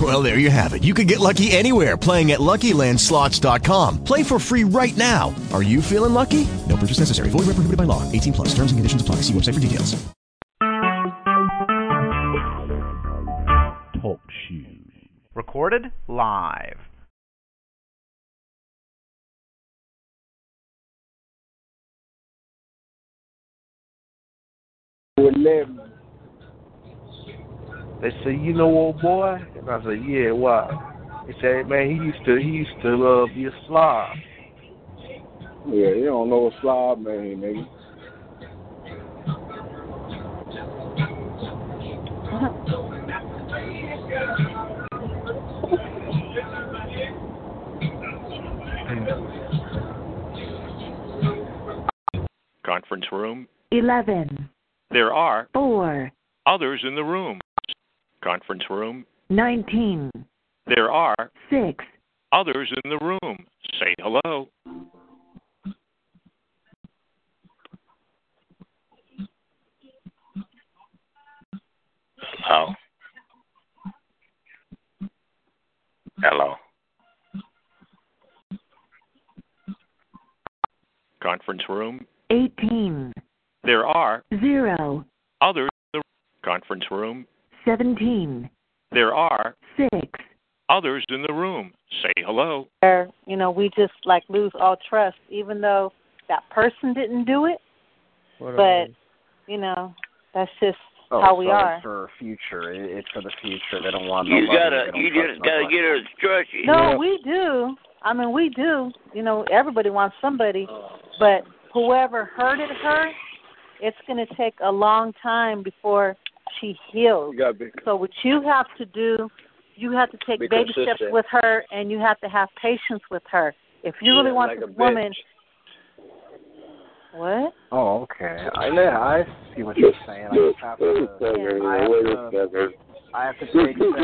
Well, there you have it. You can get lucky anywhere playing at LuckyLandSlots.com. Play for free right now. Are you feeling lucky? No purchase necessary. Void where prohibited by law. 18 plus. Terms and conditions apply. See website for details. Talk shoes. Recorded live. eleven. They said, you know, old boy, and I said, yeah, why? He said, man, he used to he used to uh, be a slob. Yeah, you don't know what slob man, nigga. Conference room. 11, There are 4, others in the room. Conference room. 19, There are 6. others in the room. Say hello. Hello. Hello. Conference room. 18, There are 0, others in the conference room. 17, There are 6. others in the room. Say hello. where you know we just like lose all trust, even though that person didn't do it. but you know, that's just Oh, how we so are. It's for future. It, it's for the future. They don't want. You nobody. gotta, They don't you trust just gotta nobody. get her to trust you. No, we do. I mean, we do. You know, everybody wants somebody, but whoever hurted her, it's going to take a long time before she heals. So what you have to do, you have to take Be baby steps consistent. with her, and you have to have patience with her. If you really Yeah, want like this a bitch. woman, what? Oh, okay. I yeah, I see what you're saying. I just have to. I have to. I have to take steps. I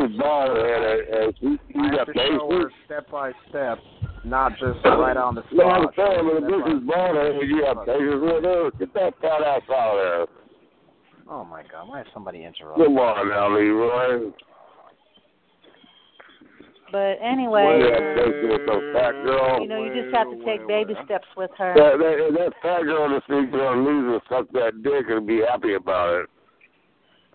have to show her step by step, not just right on the Now I'm spot. telling you, this is bothering you. have papers with her. Get that fat ass out of there. Oh my God! Why is somebody interrupting? Come on now, Leroy. But Why anyway, that bitch with the fat girl? you know, you just have to take baby steps with her. That, that, that fat girl that's been on the news will suck that dick and be happy about it.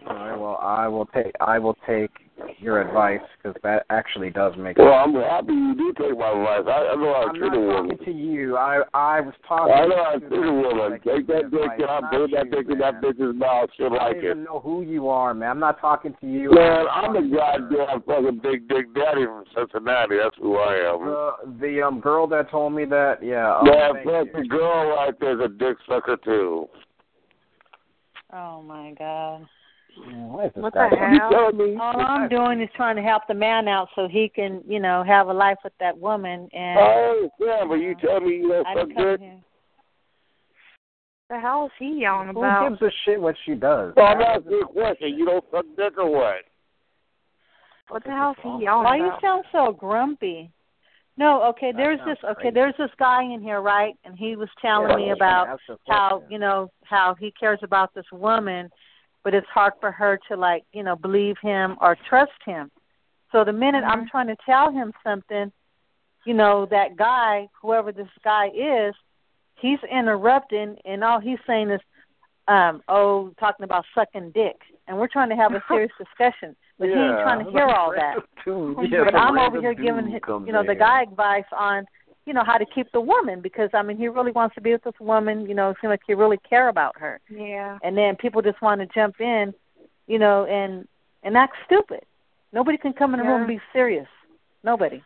All right. Well, I will take. I will take your advice because that actually does make. Well, I'm happy you do take my advice. I, I know how to I'm treat not a talking woman. to you. I I was talking. I know how to to treat a woman. Take that dick and I'll put that dick in that bitch's mouth. She'll I like don't it. even know who you are, man. I'm not talking to you. Man, I'm the goddamn fucking big dick daddy from Cincinnati. That's who I am. the the um girl that told me that. Yeah. Um, Man, thank fuck the girl right there's a dick sucker too. Oh my God. you. What, is this What guy the doing? hell? All I'm doing is trying to help the man out so he can, you know, have a life with that woman. And Oh, yeah, but you tell me you don't I suck didn't come dick. here. The hell is he yelling Who about? gives a shit what she does? So I'm asking you a question. You don't suck dick or what? What the hell is he yelling Why you about? sound so grumpy? No, okay. There's this okay. There's this guy in here, right? And he was telling Yeah, I me was about gonna ask a how question. you know how he cares about this woman, but it's hard for her to like you know believe him or trust him. So the minute Mm-hmm. I'm trying to tell him something, you know that guy, whoever this guy is, he's interrupting, and all he's saying is, um, "Oh, talking about sucking dick," and we're trying to have a serious discussion, but he ain't Yeah. trying to hear all that. Yeah, but I'm the over here random giving dude hi- comes you know the in. guy advice on you know how to keep the woman because I mean he really wants to be with this woman. You know, it seems like he really care about her. Yeah. And then people just want to jump in, you know, and and act stupid. Nobody can come in the room and Yeah. be serious. Nobody.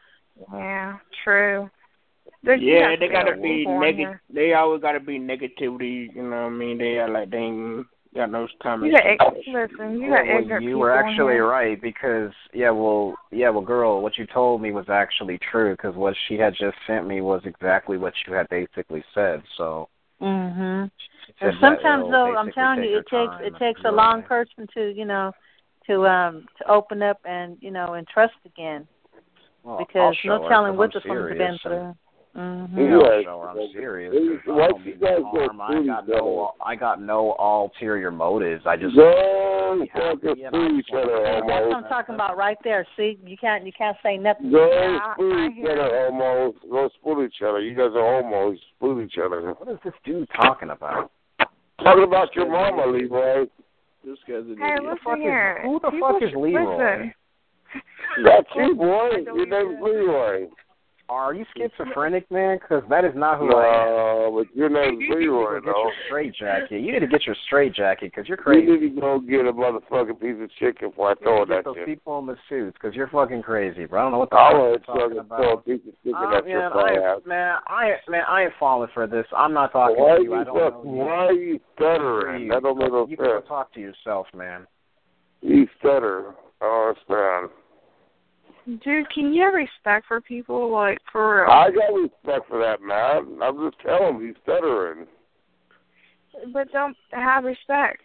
Yeah, true. Yeah, they gotta be negative. negative. They always gotta be negativity. You know what I mean? They are like they ain't got no time. You got ignorant. Listen, you got Well, ignorant Oh, you people were in actually here. right because yeah well yeah well girl what you told me was actually true because what she had just sent me was exactly what you had basically said so Mm. Mhm. And Said that Sometimes it'll though, I'm basically telling take you, your it takes time it and takes a do long person to you know to um to open up and you know and trust again Well, I'll because show no her telling 'cause what I'm this one's been serious through. You Mhm. know, show her I'm serious. 'cause I don't mean no harm. I got no, I got no ulterior motives. I just Don't fucking see each other, That's what homo. I'm talking about right there. See, you can't you can't say nothing. Don't spoon each other, homos. Don't spoon each other. You guys are homos. Spoon each other. What is this dude talking about? Talking about your mama, Leroy. This guy's an Hey, listen here. Who the People fuck is should Leroy? Listen. That's Oh, you, boy. Your name's Leroy. Are you schizophrenic, man? Because that is not who I am. but your name's Leroy, You need to go get though. your straight jacket. You need to get your straight jacket because you're crazy. You need to go get a motherfucking piece of chicken before I throw it get at those you. people in the suits because you're fucking crazy, bro. I don't know what the I fuck you're would talking fucking about. throw a piece of chicken Oh, at your man, I am- ass. Man, I man, I ain't falling for this. I'm not talking Why to are you. I you don't know fuck- why are you stuttering? That don't make no You go sense. talk to yourself, man. You stutter. Oh, it's bad. Dude, can you have respect for people? Like, for real. I got respect for that man. I'm just telling him he's stuttering. But don't have respect.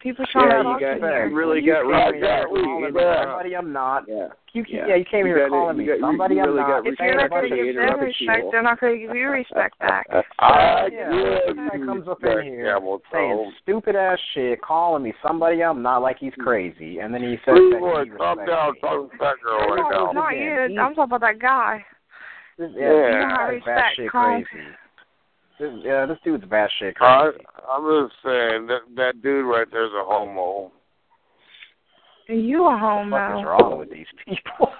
People trying Yeah, to talk you got to you. you really got got really got calling really me got- somebody I'm not. Yeah, you, Yeah. yeah. you came You here got it. calling You me got- you- somebody you really I'm got not. If Saying you're a not bunch going of to give shit. them respect, they're not going to give you respect back. I Yeah. give This guy you comes up in respect, here Hamilton. saying stupid ass shit, calling me somebody I'm not, like he's crazy, and then he says that Leroy, he calm respects down. me. Talk to that girl No, right now. it's not you. I'm talking about that guy. Yeah, You don't have this guy's bat respect. shit Calm. crazy. This, yeah, this dude's bat shit crazy. I, I'm just saying that that dude right there's a homo. You a homo. What is wrong with these people?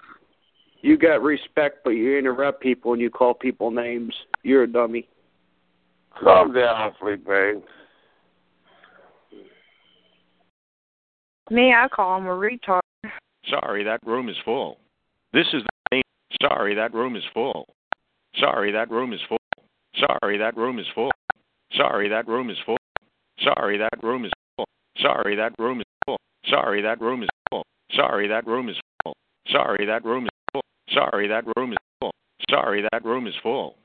You got respect, but you interrupt people and you call people names. You're a dummy. Calm down, Felipe. Me, I call him a retard. Sorry, that room is full. This is the main. Sorry, that room is full. Sorry, that room is full. Sorry, that room is full. Sorry, that room is full. Sorry, that room is full. Sorry, that room is full. Sorry, that room is full. Sorry, that room is full. Sorry, that room is full. Sorry, that room is full. Sorry, that room is full.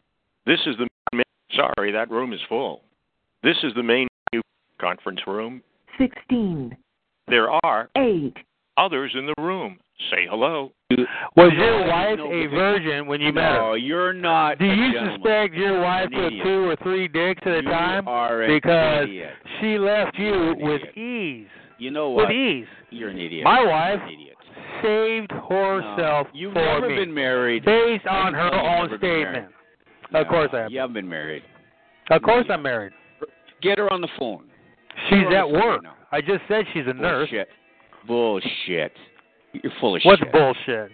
This is the main. Sorry, that room is full. This is the main conference room. 16, There are 8, others in the room. Say hello. Was your wife a virgin when you met her? No, you're not. Do a you gentleman. suspect your wife You're an with idiot. two or three dicks at You a time? are an because idiot. she left You're you an with idiot. ease. You know With what? ease. You're an idiot. My You're wife an idiot. saved herself You've for never me been married. based on You've her never own been statement. married. Of course I You haven't been married. Of course I'm married. Get her on the phone. She's You're at on the phone work. now. I just said she's a nurse. Bullshit. Bullshit. You're full of What's shit. bullshit?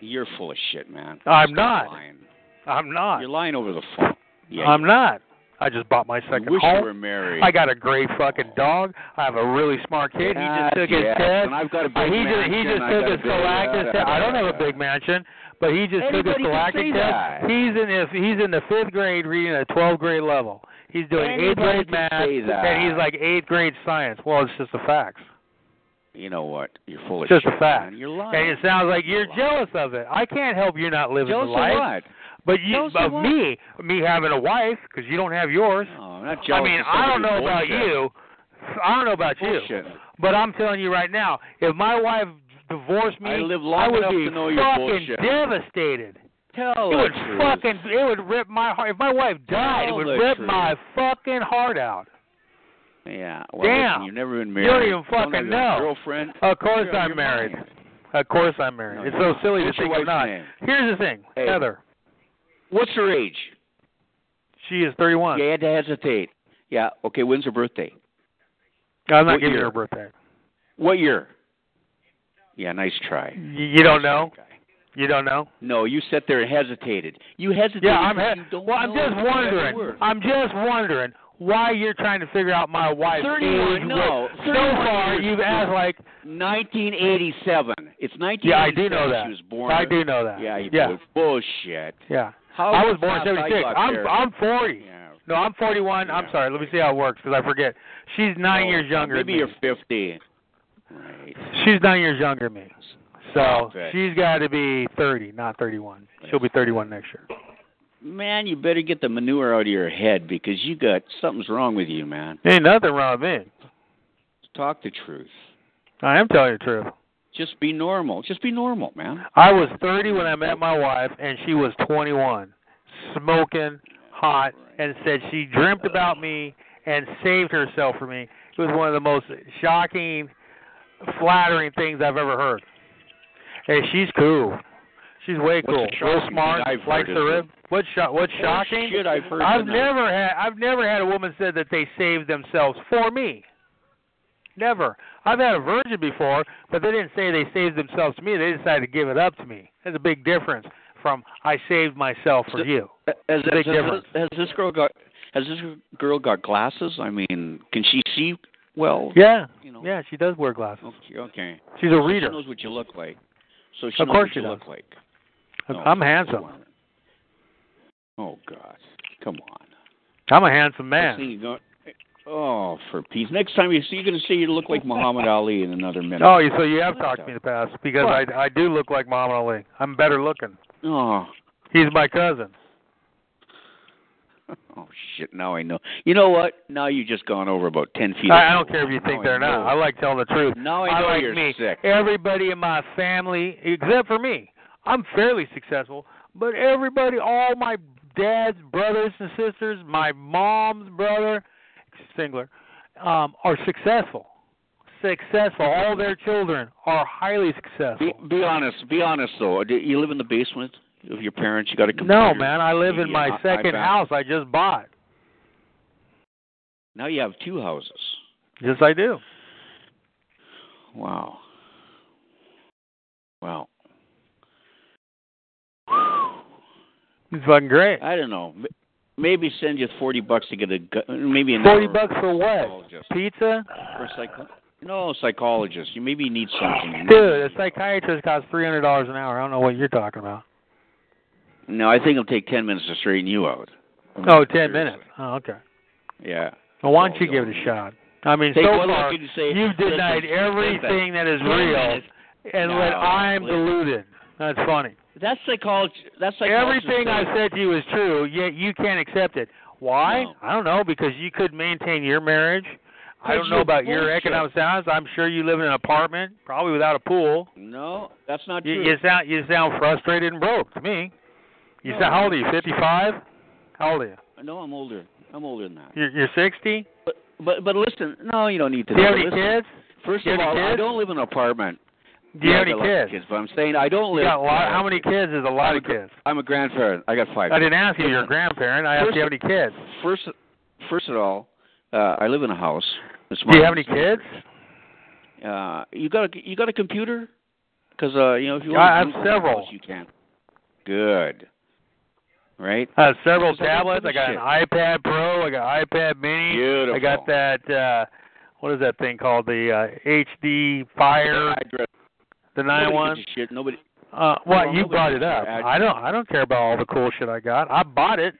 You're full of shit, man. I'm Stop not. Lying. I'm not. You're lying over the phone. Yeah, I'm not. I just bought my second wish you home. were married. I got a great fucking dog. I have a really smart kid. Yeah, he just took yes, his test. and I've got a big Uh, he just he mansion. just I've took got a his big- uh, galactic test. I don't have a big mansion, but he just took Anybody his can galactic say test. that. He's in his he's in the fifth grade reading at twelfth grade level. He's doing eighth Anybody grade can math say that. and he's like eighth grade science. Well, it's just the facts. You know what? You're full of Just shit. a fact. man. You're lying. And it sounds like you're jealous of it. I can't help you not living Jealous the of life. what? But you, Jealous of of what? me, me having a wife, because you don't have yours. No, I'm not I jealous mean, of I don't know somebody. about Bullshit. you. I don't know about you. Bullshit. But I'm telling you right now, if my wife divorced me, I live long would enough be to know your fucking bullshit. devastated. Tell it the would truth. fucking, it would rip my heart. If my wife died, it Tell would the rip truth. my fucking heart out. Yeah. Well, listen, Damn. you've never been You married. don't even have fucking a know. Girlfriend. Of course You're out of I'm your married. mind. Of course I'm married. No, it's you're so not. silly What's to your think I'm wife's not. name? Here's the thing, Hey. Heather. What's her age? She is 31. You had to hesitate. Yeah. Okay. When's her birthday? I'm not What giving year? her a birthday. What year? Yeah. Nice try. You, you don't know. You don't know. No, you sat there and hesitated. You hesitated. Yeah, I'm. because He- you don't well, I'm know just the right wondering. word. I'm just wondering why you're trying to figure out my wife's 31, age. no. with- So 31 far, years you've ago. asked like. 1987. It's 1987. Yeah, I do know that. She was born. I do know that. Yeah, you Yeah. bullshit. Yeah. How I was born fast I 76. got I'm there. I'm 40. Yeah. No, I'm 41. I'm sorry. Let me see how it works because I forget. She's nine No, years younger. Maybe than me. you're 50. Oh, Right. Oh, She's nine years younger than me. So Okay. she's got to be 30, not 31. She'll be 31 next year. man, you better get the manure out of your head because you got something's wrong with you, man. Ain't nothing wrong with me. Talk the truth. I am telling you the truth. Just be normal. Just be normal, man. Oh, I was 30 when I met my wife, and she was 21, smoking hot, and said she dreamt about me and saved herself for me. It was one of the most shocking, flattering things I've ever heard. Hey, she's cool. She's way What's cool. the Real shocking smart. thing I've likes heard the is rib. What's sho- what's Worst shocking? shit I've heard I've tonight. never had I've never had a woman said that they saved themselves for me. Never. I've had a virgin before, but they didn't say they saved themselves to me. They decided to give it up to me. That's a big difference from I saved myself for you. Has, It's a big has- difference. has this girl got? Has this girl got glasses? I mean, can she see well? Yeah. Yeah, she does wear glasses. Okay. okay. She's a So reader. She knows what you look like. So she Of knows course what she you does. look like. I'm- No, I'm she's a handsome. woman. Oh God, come on. I'm a handsome Next man. thing you go- oh, for peace. Next time you see, you're going to say you look like Muhammad Ali in another minute. Oh, you- so you have talked to me in the past because What? I I do look like Muhammad Ali. I'm better looking. Oh, He's my cousin. oh shit! Now I know. You know what? Now you just gone over about ten feet. I, I don't care if you Now think they're I not. know. I like telling the truth. Now I I know like you're me. sick. Everybody in my family, except for me, I'm fairly successful. But everybody, all my dad's brothers and sisters, my mom's brother, Singler, um, are successful. Successful. All their children are highly successful. Be, be honest. Be honest though. Do you live in the basement of your parents? You got a computer. No, man, I live in Yeah, my I- I second bet. house I just bought. Now you have two houses. Yes, I do. Wow. Wow. It's fucking great. I don't know. M- Maybe send you forty bucks to get a gu- maybe an Forty hour bucks for what? Psychologist. Oh, Pizza? for a psycho- no psychologist. You maybe need something. Dude, a psychiatrist costs three hundred dollars an hour. I don't know what you're talking about. No, I think it'll take ten minutes to straighten you out. Oh, ten minutes. Oh, okay. Yeah. Well, why don't you give it a shot? I mean, Take so one far look and say, you've "Listen, denied listen, everything that is ten real, minutes." and No, let I'm listen. deluded. That's funny. That's psychology. That's psychologist Everything I says- said to you is true, yet you can't accept it. Why? No. I don't know. Because you could maintain your marriage. I don't know about your economic status. I'm sure you live in an apartment, probably without a pool. No, that's not You, true. you sound you sound frustrated and broke to me. You No. sound how old are you? Fifty five? How old are you? No, I'm older. I'm older than that. You're you're sixty? But but listen, no, you don't need to. Do you have know. any Listen, kids? First Do you of have all, any I kids? don't live in an apartment. Do you Yeah, have I any got lots of kids? kids? But I'm saying I don't live. You got a lot, how many kids is a lot of kids? I'm a grandparent. I got five. I didn't ask you if you're a grandparent. I asked First- you have any kids. First, first of all, uh, I live in a house. It's Do you mine. have any kids? Uh, you got a you got a computer? Because uh, you know if you Yeah, want I have to Google several. House, you can. Good. Right. I have several Because I got tablets. I got an shit. iPad Pro. I got an iPad Mini. Beautiful. I got that. uh What is that thing called? The uh HD Fire. Address. The nine Nobody one. gives a shit. Nobody. Uh, well, Well, you nobody brought gives it a up. address. I don't. I don't care about all the cool shit I got. I bought it.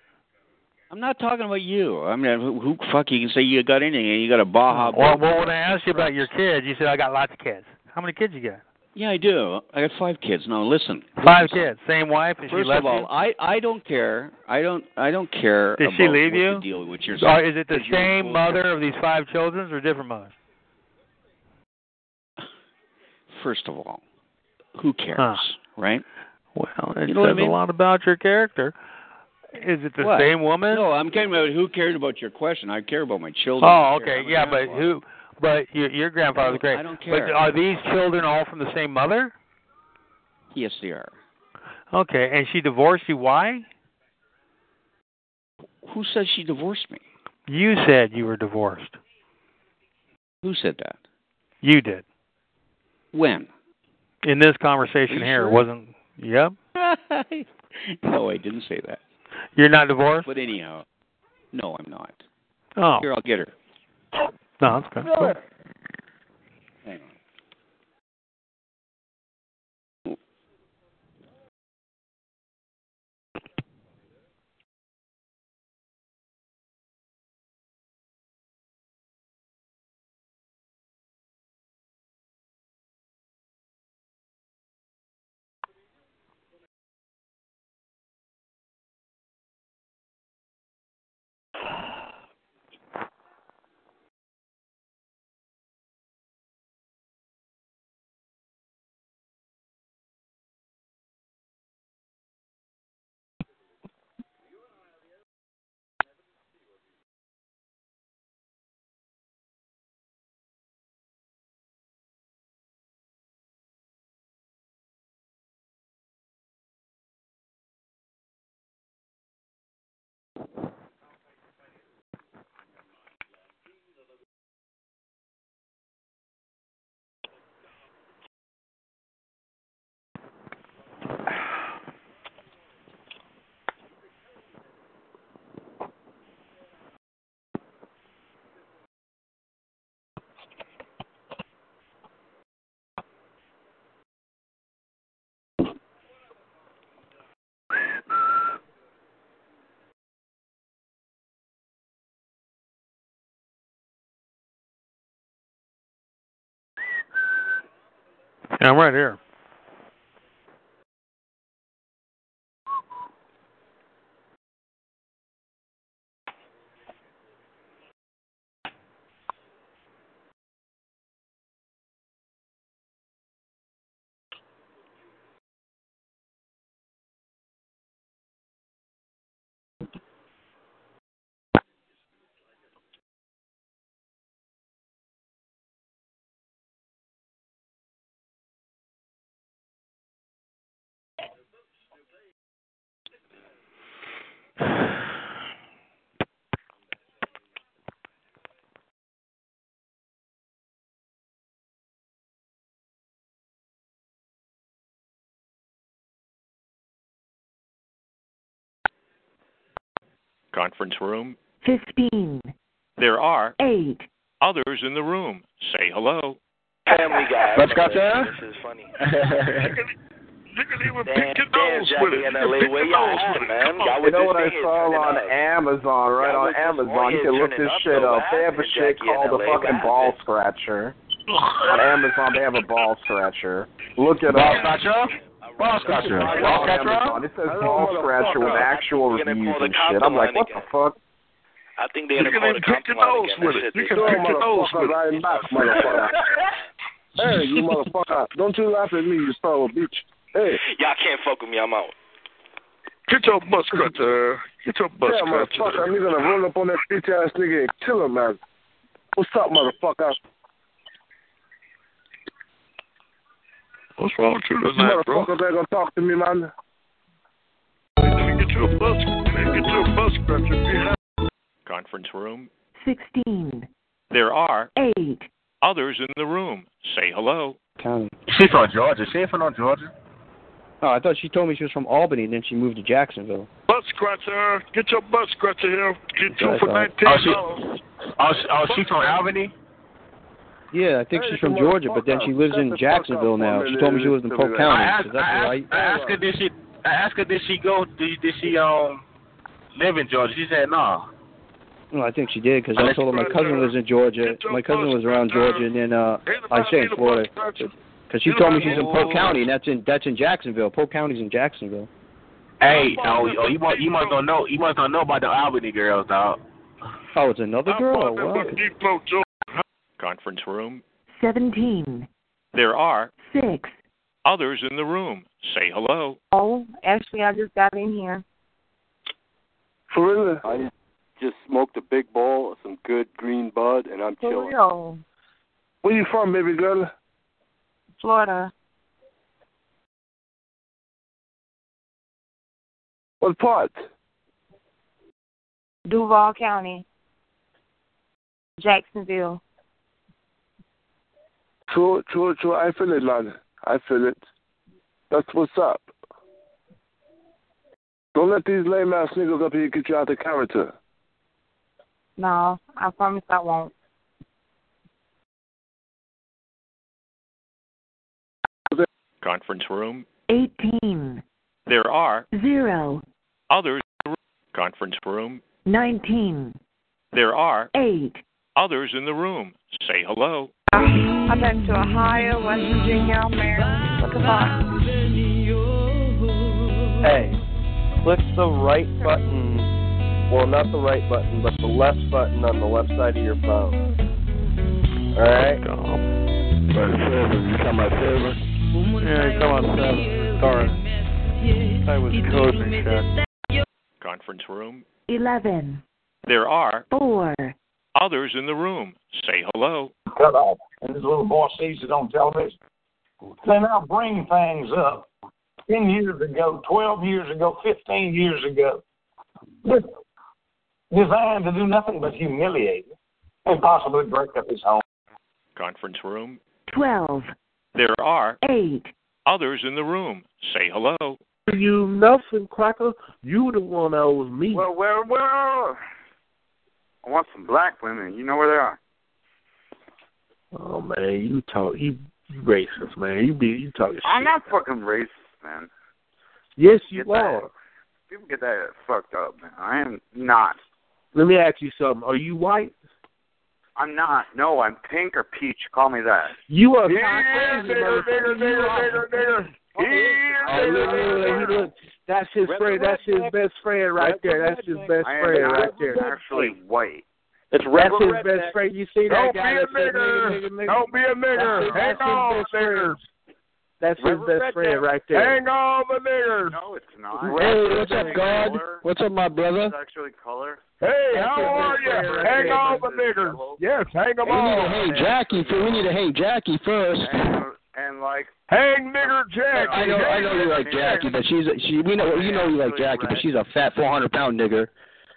I'm not talking about you. I mean, who, who fuck you can say you got anything? You got a Baja. Well, Blend. well, when I asked you about your kids, you said I got lots of kids. How many kids you got? Yeah, I do. I got five kids. Now listen. Five kids. Same wife, and she First left of all, you. I I don't care. I don't I don't care. Did she about leave what you? The deal with your Or is it the because you're same bullshit. mother of these five children or different mothers? First of all, who cares, Huh. right? Well, it You know what I says mean? a lot about your character. Is it the What? same woman? No, I'm caring about who cared about your question. I care about my children. oh, I care. okay, I'm a yeah, but grandpa. who? But your your grandfather's great. I don't But care. are these children all from the same mother? Yes, they are. Okay, and she divorced you. Why? Who says she divorced me? You said you were divorced. Who said that? You did. When? In this conversation Are you here, sure? it wasn't. Yep. no, I didn't say that. You're not divorced. But anyhow, no, I'm not. Oh, Here, I'll get her. no, that's kind of cool. Hang on. Yeah, I'm right here. Conference room. Fifteen. There are Eight. others in the room. Say hello. Family Guy. Let's go, there. sir. This is funny. Nigga, they were Damn, picking damn nose with Jackie it. in They were L.A. picking Where y'all nose at, with it. man? Come Y'all You with know this what I thing is saw turning on up. Amazon, right? Y'all On with this Amazon, one you is can look turning this up, shit though. up. They have a Laughing shit Jackie in called a LA, fucking laughing. ball scratcher. on Amazon, they have a ball scratcher. Look it Ball up. scratcher? Ball scratcher. Right Ball on Amazon. scratcher? It says ball scratcher with actual reviews and shit. I'm like, what the fuck? I think they're in the Nigga, corner they picked your nose with it. You can pick your nose with it. Right back, motherfucker. Hey, you motherfucker. Don't you laugh at me, you son of a bitch. Hey. Y'all can't fuck with me. I'm out. Get your bus cutter. Get your bus Yeah, motherfucker, cutter. I'm gonna roll up on that bitch ass nigga and kill him, man. What's up, motherfucker? What's wrong with you You tonight, bro? motherfuckers ain't gonna talk to me, man. Get your bus. Get your bus cutter. Be happy. Conference room. Sixteen. There are Eight. others in the room. Say hello. County. She's from Georgia. She ain't from Georgia. Oh, I thought she told me she was from Albany, and then she moved to Jacksonville. Bus scratcher. Get your bus scratcher here. Get you That's for all. nineteen Oh, she- dollars. Oh, she, oh, she from Albany? Yeah, I think Hey, she's from you Georgia, but then she lives Shut in the fuck Jacksonville up, now. woman. She told me she was in Listen to Polk me. County. I asked- Is that I asked- right? I asked her, did she? I asked her, did she go? Did, did she um live in Georgia? She said no. No, I think she did because I Let's told her my go, cousin uh, lives in Georgia. My cousin was around Georgia, and then uh, I say in Florida because she told me she's in Polk County, and that's in that's in Jacksonville. Polk County's in Jacksonville. Hey, oh, oh, you must you must don't know you must don't know about the Albany girls, dog. Oh, it's another girl. or What? Conference room. Seventeen. There are Six. others in the room. Say hello. Oh, actually, I just got in here. For real? I just smoked a big bowl of some good green bud, and I'm For chilling. real. Where you from, baby girl? Florida. What part? Duval County. Jacksonville. True, true, true. I feel it, man. I feel it. That's what's up. Don't let these lame ass niggas up here get you out of character. No, I promise I won't. Conference room. Eighteen. There are Zero. others in the room. Conference room. Nineteen. There are Eight. others in the room. Say hello. I've been to Ohio, West Virginia, Maryland. What the fuck? Hey, click the right button. Well, not the right button, but the left button on the left side of your phone. All right. You come my favorite. Yeah, come on, seven. Sorry. I was coding shit. Conference room. Eleven. There are Four. others in the room. Say hello. cut off. And this little boy sees it on television. So now bring things up. 10 years ago, 12 years ago, 15 years ago, this- designed to do nothing but humiliate him and possibly break up his home. Conference room. Twelve. There are Eight. others in the room. Say hello. You nothing, Cracker. You the one that was me. Well, well, well. I want some black women. You know where they are. Oh man, you talk you, you racist man. You be you talking shit. I'm not fucking racist, man. Yes, you Get that. are. People get that fucked up, man. I am not. Let me ask you something. Are you white? I'm not. No, I'm pink or peach. Call me that. You are yeah, bigger, bigger, bigger, bigger, Oh, look, look, look, he look. That's his friend. That's his best friend right there. That's his best I am friend not right there. Actually, white. That's Rebel his Redneck. best friend. You see that Don't guy? be a that said, nigger. nigga, nigga, nigga. Don't be a nigger. That's his- that's Hang his on, best friend. nigger. That's his Rebel best friend Redneck. right there. Hang on, my nigger. No, it's not. Hey, what's up, God? What's up, my brother? It's actually color. Hey, That's how his are best you? friend right Hang there. on, my That's his nigger. yellow. Yes, hang them We need to on. hang Jackie. For, we need to hang Jackie first. And like, Hang nigger Jack. I know, I know you like Jackie, but she's a, she. We know, you know, you like Jackie, but she's a fat, four hundred pound nigger.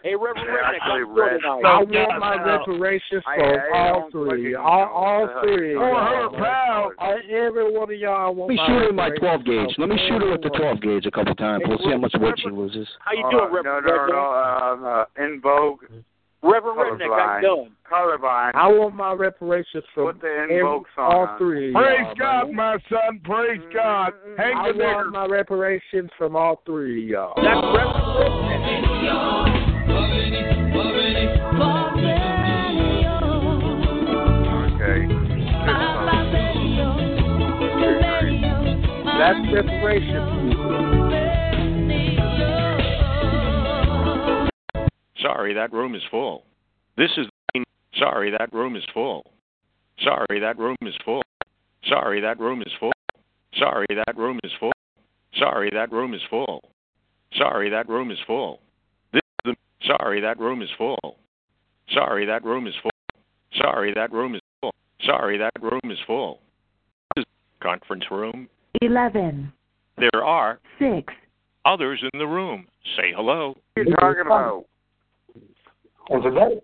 Hey, Reverend Redneck, I'm actually red. I want my reparations I- for I all don't three, fucking all, know all what the hell three. you're talking about. I, every one of y'all I Let want me my shoot her with my reparations. twelve gauge. Let me shoot her with the twelve gauge a couple times. We'll see how much weight she loses. How you doing, Reverend? Uh, No, no, no. Um, uh, in Vogue. Reverend Redneck, I'm done. Colorblind. I want my reparations for Put the every, invoke song all on. three. of Praise y'all, God, man. my son. Praise Mm-hmm. God. Hang I the nigger. want my reparations from all three of y'all. Okay. That's reparations. Sorry, that room is full. This is the main. Sorry, that room is full. Sorry, that room is full. Sorry, that room is full. Sorry, that room is full. Sorry, that room is full. Sorry, that room is full. This is the. Sorry, that room is full. Sorry, that room is full. Sorry, that room is full. Sorry, that room is full. This is the conference room. eleven, There are six, others in the room. Say hello. What are you talking about? And today,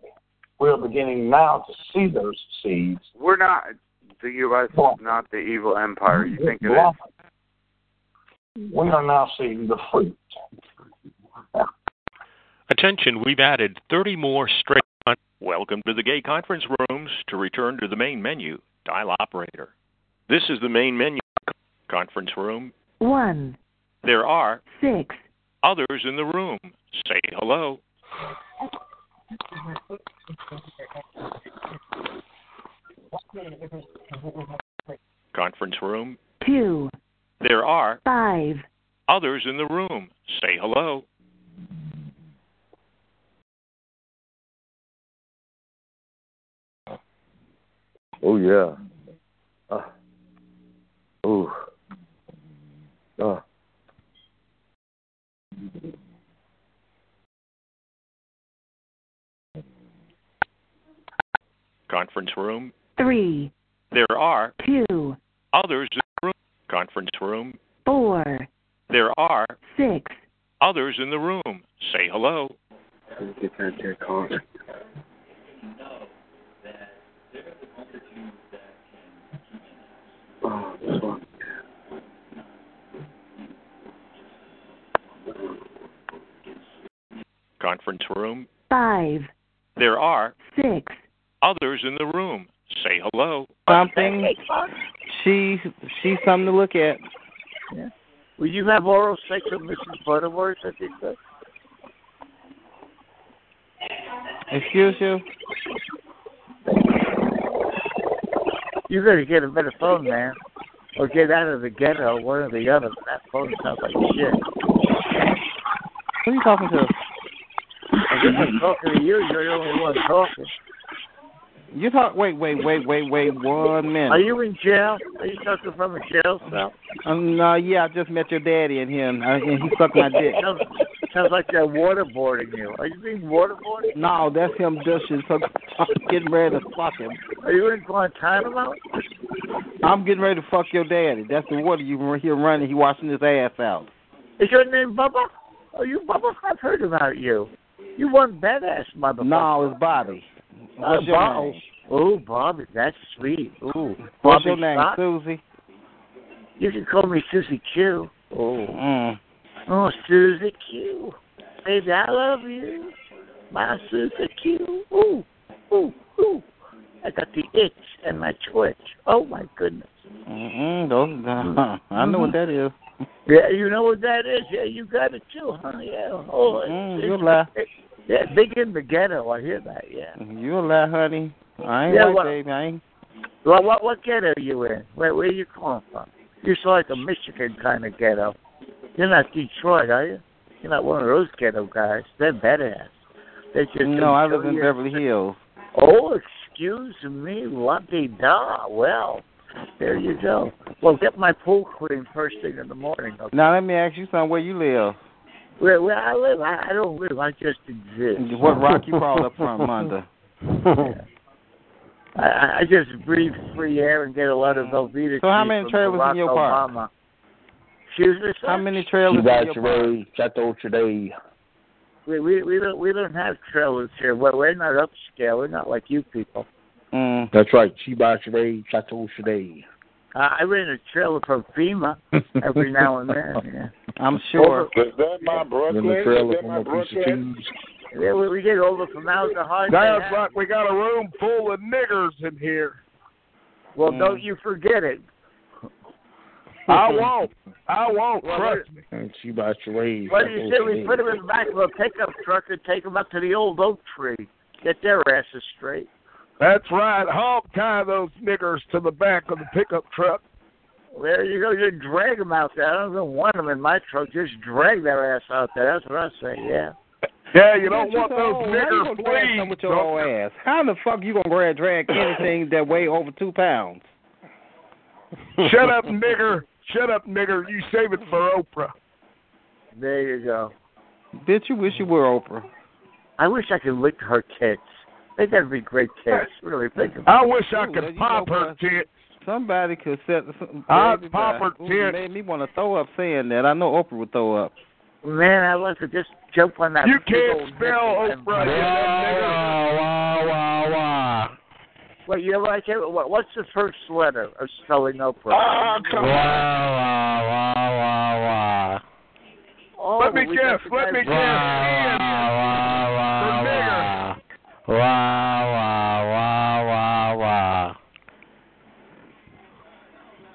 we are beginning now to see those seeds. We're not. The U.S. is not the evil empire. You think it is? Bluff. We are now seeing the fruit. Attention, we've added 30 more straight. Con- Welcome to the gay conference rooms. To return to the main menu, dial operator. This is the main menu conference room. one, There are six. others in the room. Say hello. Conference room. Two, There are five, others in the room. Say hello. Oh yeah. Uh, oh. Uh. Conference room. three, There are two, others in the room. Conference room. four, There are six, others in the room. Say hello. Get that dear con. Oh, this one. Conference room. five, There are six. others in the room. Say hello. Something. She's she's something to look at. Will you have oral sex with Mrs. Butterworth? I think so. Excuse you. You better get a better phone, man. Or get out of the ghetto, one or the other. That phone sounds like shit. Who are you talking to? I guess I'm talking to you. You're the only one talking. You talk. Wait, wait, wait, wait, wait. One minute. Are you in jail? Are you talking from a jail cell? Um, no, yeah, I just met your daddy and him, uh, and he sucked my dick. Sounds, sounds like they're waterboarding you. Are you being waterboarded? No, that's him dishing. So I'm getting ready to fuck him. Are you in Guantanamo? I'm getting ready to fuck your daddy. That's the water you were here running. He washing his ass out. Is your name Bubba? Are you Bubba? I've heard about you. You one badass motherfucker. No, it's Bobby. What's Uh, your Bob- name? Oh, Bobby, that's sweet. Ooh, What's Bobby your name? Scott? Susie. You can call me Susie Q. Oh. Mm. Oh, Susie Q. Baby, I love you. My Susie Q. Ooh, ooh, ooh. I got the itch and my twitch. Oh, my goodness. Mm-mm, those, uh, I know what that is. Yeah, you know what that is? Yeah, you got it too, huh? Yeah. Oh, Mm, it's, you lie. it's, yeah, big in the ghetto. I hear that, yeah. You a lie, honey. I ain't Yeah, like what- that, man. Well, what what ghetto are you in? Where where you calling from? You're sort of like a Michigan kind of ghetto. You're not Detroit, are you? You're not one of those ghetto guys. They're badass. They just No, I live enjoy in you. Beverly Hills. Oh, excuse me, lumpy da. Well, there you go. Well, get my pool clean first thing in the morning. Okay? Now let me ask you something. Where you live? Where where I live, I, I don't live. I just exist. What rock you crawled up from, Munda? I- I, I just breathe free air and get a lot of Velveeta. So how cheese many from trailers in your Barack park? Obama. Excuse me, sir? How many trailers in your park? Chateau today. We we we don't we don't have trailers here. We're we're not upscale. We're not like you people. That's right. Chiba Shere, Chateau Shere. Uh, I rent a trailer from FEMA every now and then. Yeah. I'm sure. Is that my Brooklyn? Is that my Brooklyn? Yeah, we, we get over from out to hard. Sounds like we got a room full of niggers in here. Mm. Well, don't you forget it. I won't. I won't. Well, Trust me. Chiba Shere. What do you say we put them in the back of a pickup truck and take them up to the old oak tree? Get their asses straight. That's right. Hog tie those niggers to the back of the pickup truck. There you go. Just drag them out there. I don't even want them in my truck. Just drag their ass out there. That's what I say. Yeah. Yeah, you don't Get want your those old- how you niggers, gonna drag something please. with your old ass. How the fuck you gonna grab drag anything that weigh over two pounds? Shut up, nigger. Shut up, nigger. You save it for Oprah. There you go. Bitch, you wish you were Oprah. I wish I could lick her tits. They gotta be great tits. Really think about I wish I Ooh, could you pop know her what? tits. Somebody could set. I'd Baby, pop her uh, ooh, tits. Made me want to throw up saying that. I know Oprah would throw up. it. Man, I love to just jump on that. You big can't old spell nipple and- Oprah. you Wah, wah, wah. Well, you know what? what- What's the first letter of spelling Oprah? Ah, come Oh, Let me we guess. got Let the me guys- guess. N for nigger.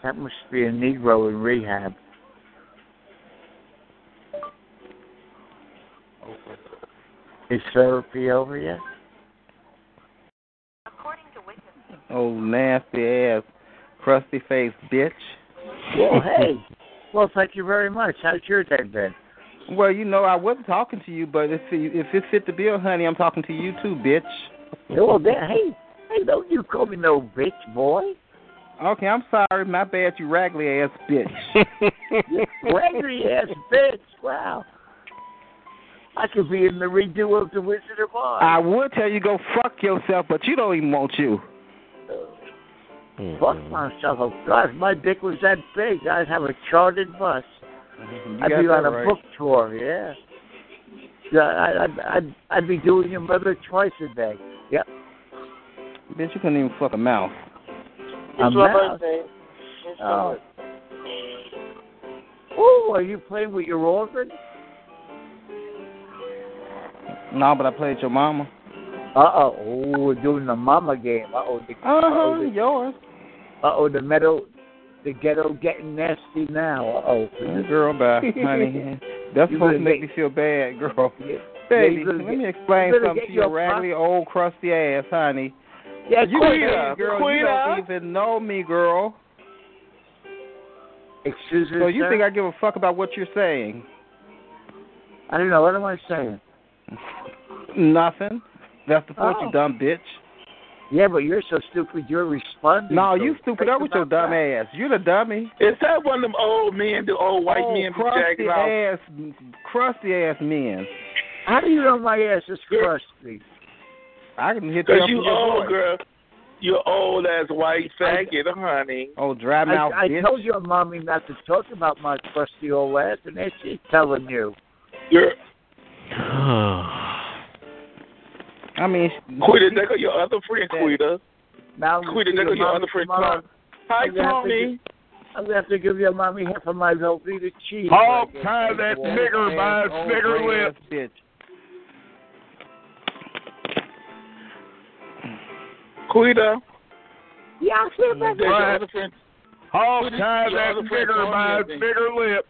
That must be a Negro in rehab. Is therapy over yet? Oh nasty ass, crusty face bitch. Well, hey. Well, thank you very much. How's your day been? Well, you know I wasn't talking to you, but if if it fit the bill, honey, I'm talking to you too, bitch. Yeah, Well, there, hey, hey, don't you call me no bitch, boy. Okay, I'm sorry. My bad, you raggly ass bitch. Raggedy ass bitch. Wow. I could be in the redo of The Wizard of Oz. I would tell you go fuck yourself, but you don't even want you. Fuck myself. Oh, God, if my dick was that big, I'd have a chartered bus. You I'd got be that on a right. book tour, yeah. Yeah, I- I'd, I'd, I'd be doing your mother twice a day. Yep. Bitch, you couldn't even fuck a mouth. A my mouse. Oh. Ooh, are you playing with your organ? No, but I played your mama. Uh-oh. Ooh, we're doing the mama game. Uh-oh. The, Uh-huh, uh-oh, yours. the, uh-oh, the metal, the ghetto getting nasty now. Uh-oh. Girl, bye, honey. That's You better supposed to make me feel bad, girl. Yeah, Baby, you better let get- me explain you better something get to your your raggedy old crusty ass, honey. Yeah, you quit don't- up, girl, quit you don't up. even know me, girl. Excuse me, So you sir? think I give a fuck about what you're saying? I don't know. What am I saying? Nothing. That's the point, Oh. you dumb bitch. Yeah, but you're so stupid. You're responding. No, so you stupid up with your dumb ass. You're the dummy. Is that one of them old men, the old white Oh, men that's crusty jagging off? ass, crusty ass men. How do you know my ass is crusty? I can hit you Because up you in your old, voice. girl. You old as white faggot, honey. Oh, dry I, mouth I bitch. told your mommy not to talk about my crusty old ass, and then she's telling you. You're, I mean, Quita, there go your other friend, Quita. Now you Quita, see there go your your mommy other friend. tomorrow. Hi, I'm gonna have to Tony. gi- I'm gonna have to give your mommy half of my Velveeta cheese. Hog Like tie that. that Well, nigger by Ass, old his nigger gray lip. ass bitch. Quita. Yeah, Mm-hmm. There's your other friend. Hog Quita, tie your that other friend nigger Tony, by I his think. nigger lips.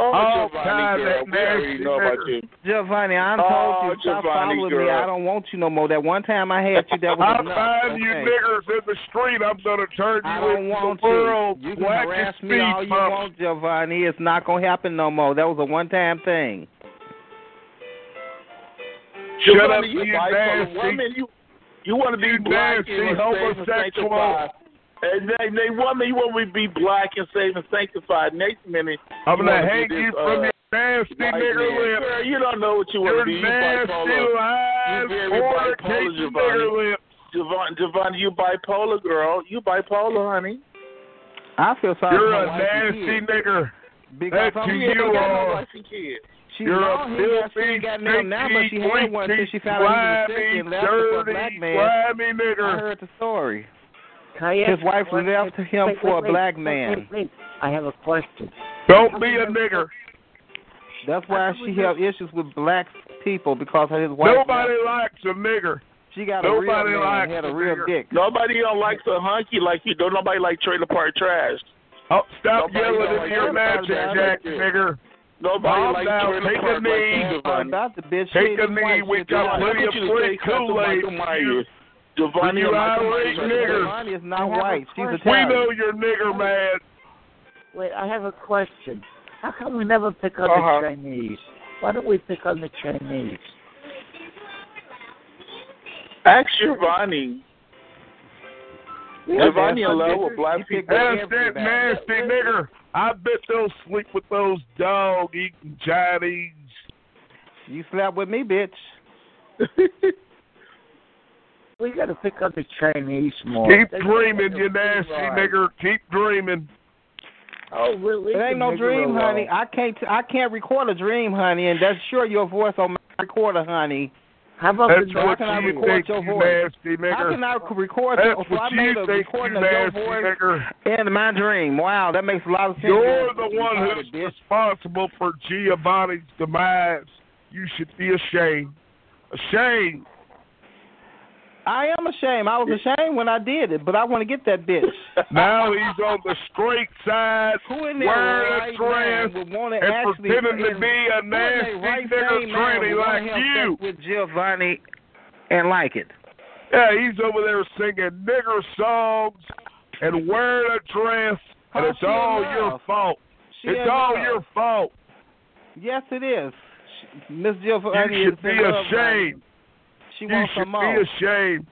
Oh, time that Giovanni girl, we already nasty know about nigger. you. Giovanni, I'm Oh, told you stop Giovanni following me. girl. I don't want you no more. That one time I had you, that was I enough. find you Okay. niggers in the street. I'm gonna turn I you don't into want the world's you. You can harass wackest me all speed you bump. want, Giovanni. It's not gonna happen no more. That was a one-time thing. Shut up, Giovanni, you you bipolar nasty woman. You, you want to be You black nasty and homosexual. homosexual. And they, they want me when we be black and saved and sanctified. Next minute, I'm you gonna wanna be hang this, you uh, from your nasty white nigger man. lip. Girl, you don't know what you Your want to be. You nasty bipolar. lies, You very bipolar, fornicating Giovanni. Giovanni, Giovanni, you bipolar, girl. You bipolar, honey. I feel sorry. You're for a my wife and nasty kids. nigger. Because That's I'm who here you to get are. my wife and kids. She You're a long hair, she filthy, ain't got no now, but she stinky, had one since she found out he was sick and left grimy, for a black dirty, man. grimy nigger. I heard the story. His wife left Wait, him for wait, a wait, black wait, man. wait, wait. I have a question. Don't be a nigger. That's why she had issues with black people because of his wife. Nobody likes a nigger. She got a real Nobody man, likes had a real nigger. dick. Nobody don't likes a hunky like you. Don't nobody like trailer park trash. Oh, stop yelling at your magic, Jack nigger. Nobody Calm likes down, trailer take a park knee. like that, Giovanni. About the bitch. Take shit, a knee, white we shit, got white. plenty Look of at you, free they cut the Kool-Aid Michael from Myers. you. Giovanni You and Michael irate Myers. nigger. Giovanni is not I have a white. question. She's Italian. you're nigger mad. Wait, I have a question. How come we never pick on Uh-huh. the Chinese? Why don't we pick on the Chinese? Ask Giovanni. Giovanni That's in love a with black nigger. people. That's that nasty nigger. I bet they'll sleep with those dog eating Chinese. You slept with me, bitch. We got to pick on the Chinese more. Keep They- dreaming, you nasty Right. nigger. Keep dreaming. Oh, really? It ain't no dream, honey. I can't. I can't record a dream, honey, and that's sure your voice on my recorder, honey. How about That's how what can I you record think, your you voice? nasty nigger. How can I record? That's your, if what I you made a think, recording you of your nasty voice nigger. in my dream. Wow, that makes a lot of sense. You're the one who's responsible for Giovanni's demise. You should be ashamed. Ashamed. I am ashamed. I was ashamed when I did it, but I want to get that bitch. Now he's on the straight side, in their wearing a right mind dress, would wanna and actually- pretending to is- be a who in their nasty right nigger mind tranny would wanna like have you. sex with Giovanni and like it. Yeah, he's over there singing nigger songs and wearing a dress, and Oh, it's she all in your love. fault. She it's in all love. your fault. Yes, it is. She- Miss Giovanni you should is be in love, honey. ashamed. She you wants should some more. be ashamed.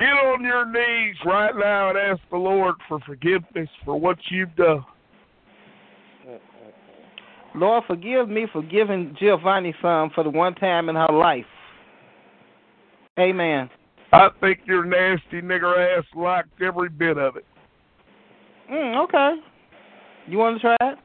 Get on your knees right now and ask the Lord for forgiveness for what you've done. Lord, forgive me for giving Giovanni some for the one time in her life. Amen. I think your nasty nigger ass liked every bit of it. Mm, okay. You want to try it?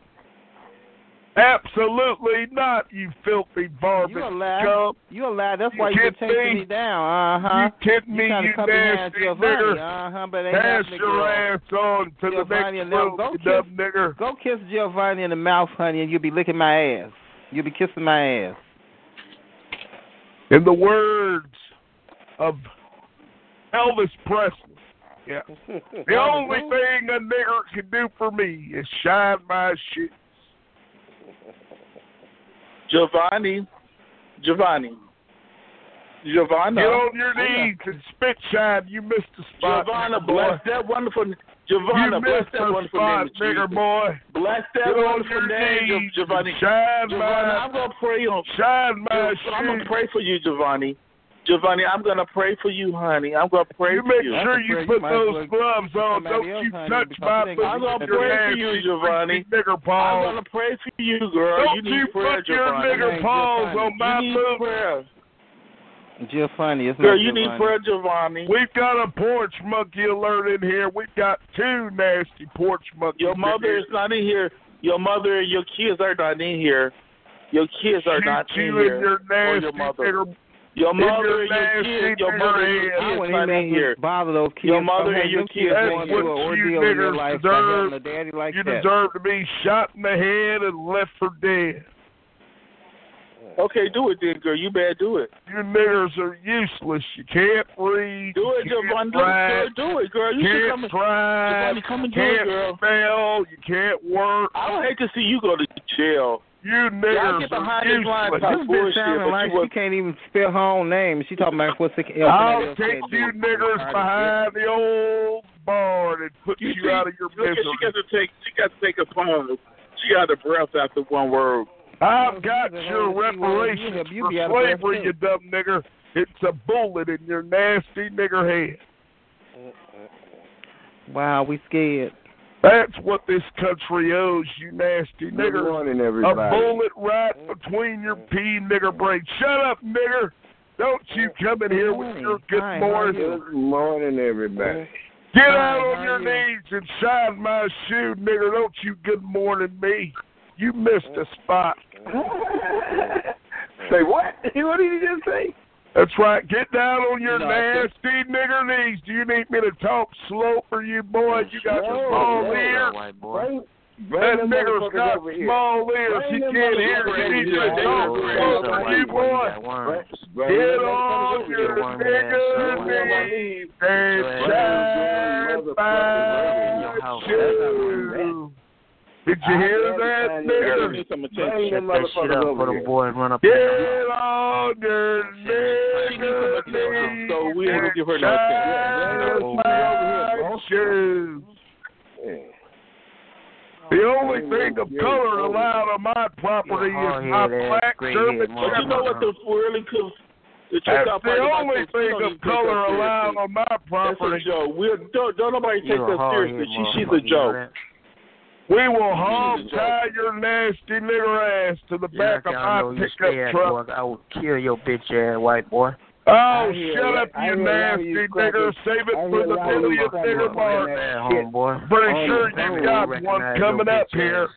Absolutely not, you filthy You varmint alive? scum. You alive? That's You why you've kid been chasing me. me down. Uh huh. You kid me, trying you to come behind nasty Giovanni. nigger. Uh huh. But ain't Pass happening, your girl. ass uh-huh. on to the Giovanni, next now room, go you kiss- dumb nigger. Go kiss Giovanni in the mouth, honey, and you'll be licking my ass. You'll be kissing my ass. In the words of Elvis Presley, yeah. The only thing a nigger can do for me is shine my shit. Giovanni. Giovanni. Giovanna. Get on your knees and spit shine. You missed the spot. Giovanna, nigger boy. bless that wonderful Giovanna, you bless missed that the wonderful name. spot, of nigger Jesus. boy. Bless that Get on wonderful your name, knees Gio- Giovanni. and shine Giovanni, my I'm gonna pray on. Shine my Giovanni, I'm gonna shoes. pray for you, Giovanni. Giovanni, I'm gonna pray for you, honey. I'm gonna pray You for make you. sure you put those gloves on. Don't somebody you else, honey, touch because my they- booty. I'm gonna your pray for you, nasty, Giovanni. freaky Nigger I'm paws. gonna pray for you, girl. Don't you you need prayer, put your Giovanni. nigger Hey, paws Giovanni, on my you need booty. prayer. Giovanni, it's Girl, not you need Giovanni. prayer, Giovanni. We've got a porch monkey alert in here. We've got two nasty porch monkeys. Your mother is not in here. Your mother and your kids are not in here. Your kids are Shoot not you in in here. your Or your nasty mother. nigger- Your in mother your and nasty your kids. Your mother and your nigger I kids wouldn't not even in here. bother those kids. Your mother Somehow and your them kids kids That's going what through an you ordeal in their niggers life by deserve. having a daddy like you that. deserve to be shot in the head and left for dead. Okay, do it then, girl. You better do it. You niggers are useless. You can't read. Do it, you Javon. can't Do it, girl. write, Do it, girl. You should come can't and drive. Javon, come and do it, can't girl. spell. You can't work. I would hate to see you go to jail. You Y'all niggers get behind are this line useless. talk This bitch bullshit, sounding but like you was she can't even spell her own name. She talking about what's the I'll take you niggers behind the old barn and put you, You see, out of your look at- misery. She got to take. She got to take a pause. She out of breath after one word. I've got your you reparations have- you for be out of breath, slavery, too. you dumb nigger. It's a bullet in your nasty nigger head. Uh, Wow, we scared. That's what this country owes you, nasty nigger. morning, A bullet right between your pea nigger brain. Shut up, nigger. Don't you come in here with your good morning. Good morning, everybody. Get out on your knees and shine my shoe, nigger. Don't you good morning me. You missed a spot. Say what? uh. What did you just say? That's right. Get down on your No, I nasty nigger knees. Do you need me to talk slow for you, boy? You got Slow, your small slow, ear. white boy. Bring- bring That them nigger's motherfuckers got over here. small ears. He Bring them can't hear. motherfuckers He needs over to here. talk Bring them slow for you, motherfuckers boy. over Get here. on your nigger knees and shine my shoes. Did you hear that, nigger? Bring them motherfuckers over here. Get on your nigger knees. So we ain't give her Shoes. The only thing of color allowed on my property is my black German But you know what the really cool. The, trick That's I the find about only this, you thing know, you of take us color seriously. allowed on my property. That's a joke. We're, don't, don't nobody take You're a us seriously. She, hard-headed she's a motherfucker, you know joke. that? We will You're hog a joke. tie your nasty nigger ass to the back of my pickup truck. I will kill your bitch ass, white boy. Oh, I hear shut that. up, I you hear that. nasty You nigger. crackers. Save it I for hear the that. You million crackers. nigger Yeah, bar. homeboy. Pretty Oh, sure yeah. you got Recognize one your coming bitch up here.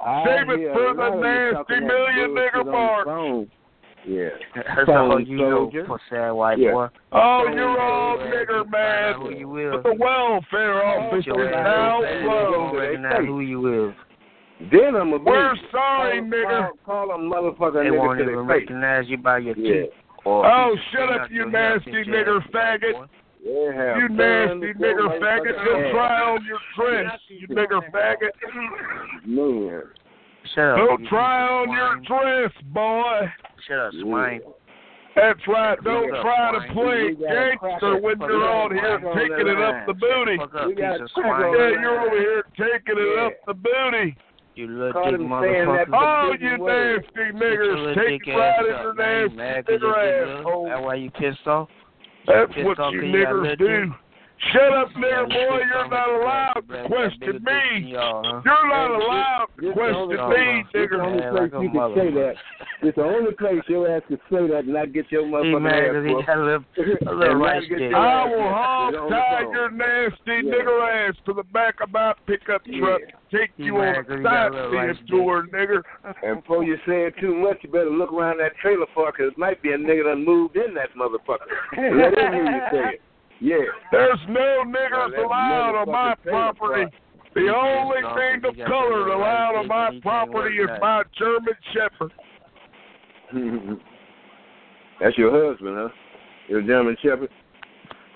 I Save hear it a for lot the of you nasty talking that million bullshit on nigger the bar. phone. Yeah. That's all you know, pussy ass, white Yeah. boy. Oh, you're all nigger mad. But the welfare office is Your ass is now bad. You closed. recognize who you is. Then I'm a We're sorry, nigger. Call them motherfucking They nigger won't to even their face. recognize you by your Yeah. teeth. Oh, shut up, you nasty nigger faggot. Yeah, You son, nasty this nigger motherfucker faggot. You'll ass. try on your dress, you nigger faggot. Man. Shut up. Don't you try on your dress, boy. Shut up, swine. That's right. Don't Shut up, try swine. to play We got a gangster cracker when fucking you're on swine here on taking the it up line. the booty. Fuck up, We got piece of a cracker swine. on Yeah, the you're line. over here taking it Yeah. up the booty. You little Caught dick him saying that motherfucker. Oh, you nasty niggers. Take it right in your nasty nigger asshole. That's why you pissed off. That's pissed what off you 'cause you got a niggers little dick? do. Shut up, Yeah, nigger boy. pissed You're off not at allowed that to big question dick in me. y'all, huh? You're not allowed to question the me, only- It's the nigger. only Yeah, place like a you can say motherfucker. that. It's the only place your ass can say that and not get your He motherfucking mad ass 'cause he whooped. got a little, a And little not rice get dick. your I ass will whooped. hog It's on the tie phone. your nasty Yeah. nigger ass to the back of my pickup truck, take He you on mad 'cause a he got a little rice sightseeing tour, nigger. And before you say it too much, you better look around that trailer park 'cause it might be a nigga that moved in that motherfucker. Let him hear you say it. Yeah. There's no niggers that allowed on my motherfucking trailer property. park. The only thing of color allowed on my property is my German Shepherd. That's your husband, huh? Your German Shepherd.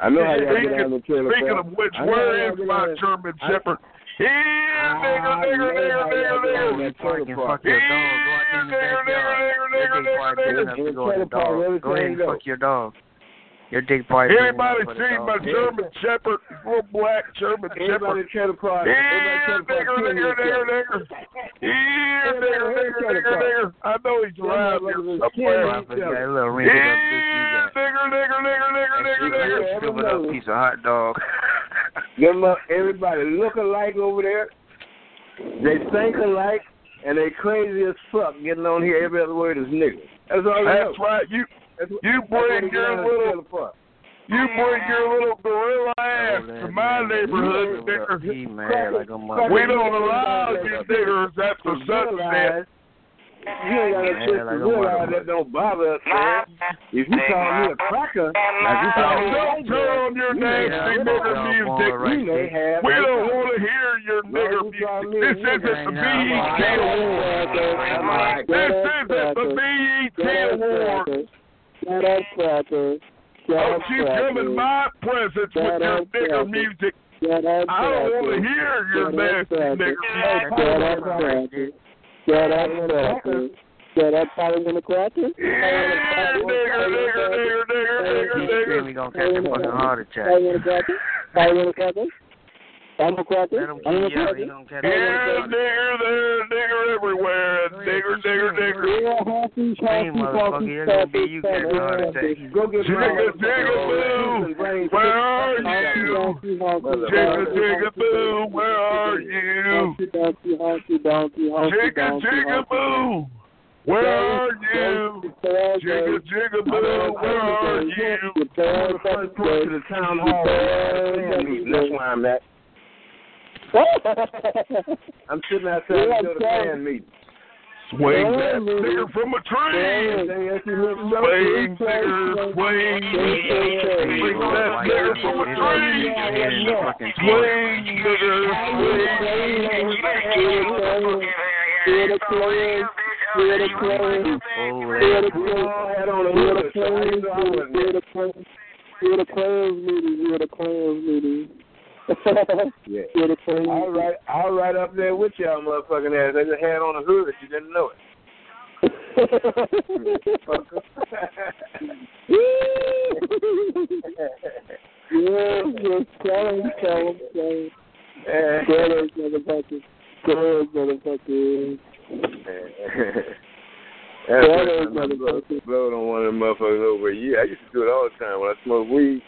I know how y'all get Speaking- out in the trailer Speaking park. of which, I know how where y'all is get my out in- German I- Shepherd? Here, nigger, nigger, nigger, nigger, nigger. Fucking fuck your your dog. Go out there in the backyard. Your dick probably big enough to go in the dog. Go ahead and fuck your dog. Your dick probably big enough for the Everybody seen dog. my German Shepherd, little black German Everybody try to Shepherd. park. Yeah, nigger, nigger, nigger, nigger. Yeah, nigger, nigger, nigger, nigger. I know he's around here somewhere. Motherfucker got a little wrinkled up dick. Yeah, nigger, nigger, nigger, nigger, nigger, nigger. You shriveled up piece of hot dog. Them, uh, everybody look alike over there. They think alike, and they crazy as fuck getting on here. Every other word is nigga. That's all they That's know. right. You you That's what bring they got your on the little trailer park. you bring your little gorilla ass to my neighborhood, nigger. He mad like a motherfucker. We don't allow you niggers after You sunset. realize- You ain't got no Man, choice like to a realize motherfucker. that don't bother us, man. If you call me a cracker, like you call me Don't a turn on your You may nasty have- nigger you music. may have We don't want to hear your nigger This isn't the BET award. This isn't the BET award. Shut up, cracker. Shut Don't up, you cracker. come in my presence with Shut your up, nigger cracker. music. Shut up, I don't want to cracker. hear your Shut up, nasty cracker. nigger music. Shut up, cracker. Shut up, cracker. Shut up, Polly and the cracker. Nigger, nigger, nigger, nigger, nigger, nigger. We gonna catch a fucking heart attack. Polly and the cracker. Polly and the cracker. I'm a cracker. I'm a Yeah, cracker. we gonna catch a Here, nigger, there, nigger everywhere. and Nigger, nigger, nigger. Hey, motherfucker, you're gonna be you catch a heart attack. Jigga, jigga, boo. Where are you? Jigga, jigga, boo. Where are you? Donkey, honky, donkey, honky, Jigga, donkey, jigga, boo. Where are you? Jigga, jigga, boo. Where are you? First close to the town hall. That's where I'm at. I'm sitting outside to go to fan meeting. Swing that nigger from a tree. Swing, nigger, swing. Swing that nigger from a tree. Swing, nigger, swing. You're the clans meeting. You're the clans meeting. Yeah. You're the clans. I right, I right up there with y'all, motherfucking ass. I just had on a hood. You didn't know it. Yeah, yes, tell him, tell him, tell him. Tell those motherfuckers. Tell those motherfuckers. That's Tell what those I'm gonna blow- Blowed on one of them motherfuckers over a year. I used to do it all the time when I smoked weed.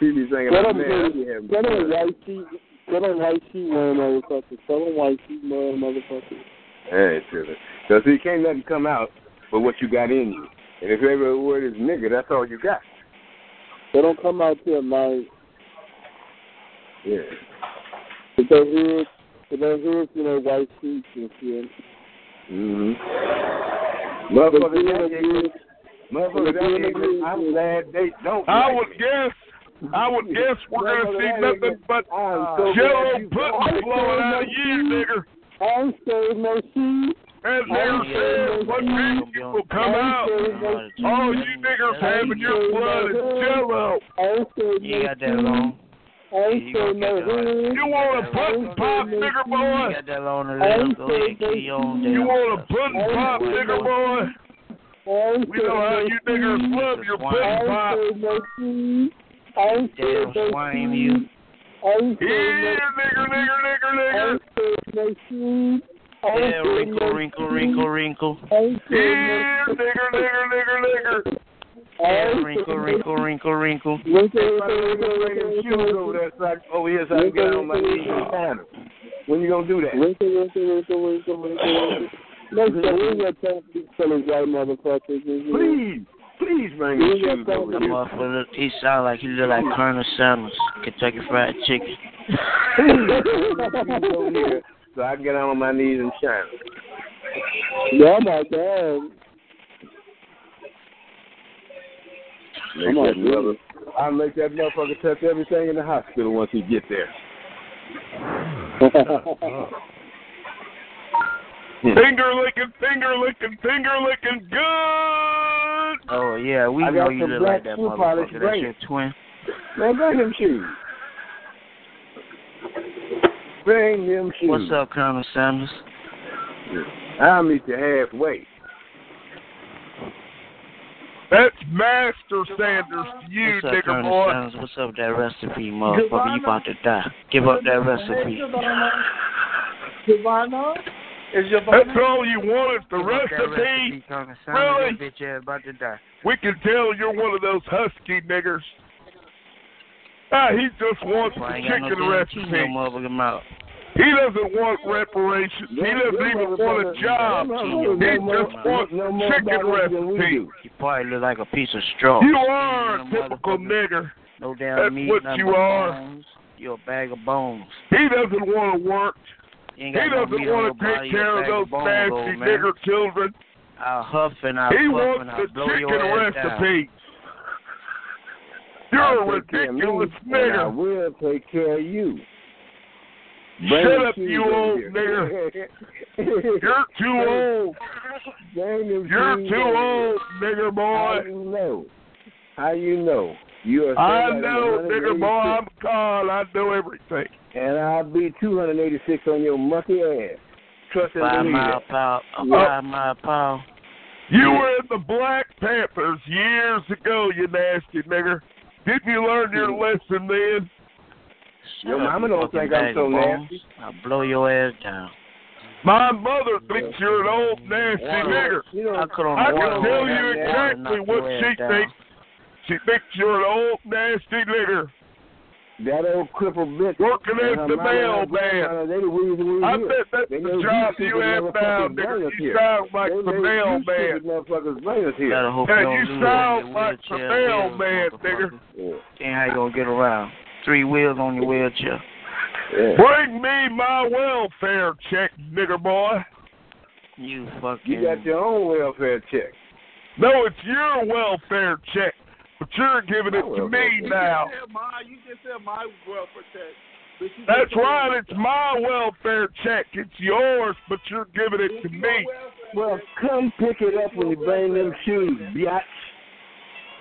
People be thinking, Tell like, them, man, I be having tell them fun." white sheep. Tell them white sheep wearing motherfuckers. Tell them white sheep wearing motherfuckers. Hey, Tilly. So see, can't nothing come out but what you got in you. And if every word is nigga, that's all you got. They don't come out till night. Yeah. If they hear, if they hear, you know, white sheep and shit. Mm-hmm. But you know, Motherfucker, you- motherfucker, that- I'm glad they don't. I like would guess. I would guess we're gonna see nothing but so Joe glad you- Putin blowing out you, nigger. I ain't scared no sheep. And nigger said, "What means you will come out? All you niggers having your blood is Jello. You got that long. You gonna get that long. You want a button pop, nigger You boy? got that long to live. Go ahead, keep your own You damn want a self. button pop, nigger boy? We know how you niggers love your button pop. Damn swine, you. Yeah, nigger, nigger, nigger, nigger. Yeah, wrinkle, wrinkle, wrinkle, wrinkle. Yeah, nigger, nigger, nigger, nigger. Yeah, wrinkle, wrinkle, wrinkle, wrinkle. over there, so I, Oh, over here, so I can get on my knees and pound 'em. When you gonna do that? Winkle, winkle, winkle, winkle, winkle, winkle. Let's go. We ain't got time for these silly white motherfuckers. Please, please bring We your shoes ain't got time over for That motherfucker, look, he sound like he look like Colonel Sanders, Kentucky Fried Chicken. here, so I can get on my knees and shine. Yeah, my God. Make that mother, I make that motherfucker touch everything in the hospital once he get there. Finger licking, finger licking, finger licking, good. Oh yeah, we I got know you some look black like that shoe polish motherfucker. That's great. your twin. Man, bring him shoes. Bring them shoes. What's up, Colonel Sanders? I'll meet you halfway. That's Master Sanders to you, What's up, nigger Colonel boy. Sanders? What's up with that recipe, motherfucker? You about to die. Give up that recipe. Giovanna? Is That's all you want is the recipe. Colonel Really? Sanders, that bitch ass about to die. We can tell you're one of those husky niggers. Ah, he just wants Well, I the ain't got no chicken guarantee recipe. no motherfucking mouth. He doesn't want reparations. He doesn't even want a job. He just wants chicken recipe. You probably look like a piece of straw. You are a typical nigger. No damn That's meat, what nothing you but are. bones. You're a bag of bones. He doesn't want to work. You He ain't got no doesn't meat on want to your body, take you're a care bag of those bones, nasty old man. nigger children. I'll huff and I'll He puff wants and the I'll blow your chicken ass recipe. I'll You're a take care of me, ridiculous and I nigger. will take care of you. Shut up, you old nigger. You're too old. You're cheese too over old, nigger How boy. you know? How you know? You are I somebody know, nigger boy. I'm 186, called. I know everything. And I'll be 286 on your monkey ass. Trust and Bye, believe my it. pal. Yeah. Bye, You were in the Black Panthers years ago, you nasty nigger. Did you learn your lesson then? Your mama don't think I'm so nasty. I'll blow your ass down. My mother thinks you're an old nasty Yeah. nigger. You know, I could on can one tell hand you knock exactly your what ass she down. thinks. She thinks you're an old nasty nigger. That old cripple bitch. Working and at her the mama and her mailman. grandmother, They the reason we I here. bet that's They the know these job people you have motherfuckers now, bring nigger. us You here. sound like They the know these mailman. stupid Motherfuckers bring us here. Gotta hope Yeah, you you don't sound lose like your the wheelchair, mailman, nigga. Ain't how you gonna get around. Three wheels on your wheelchair. Bring me my welfare check, nigger boy. You fucking. You got your own welfare check. No, it's your welfare check, but you're giving it to me now. You just said my welfare check. But you That's just- right, it's my welfare check. It's yours, but you're giving it to me. Well, come pick it up when you bring them shoes, biatch.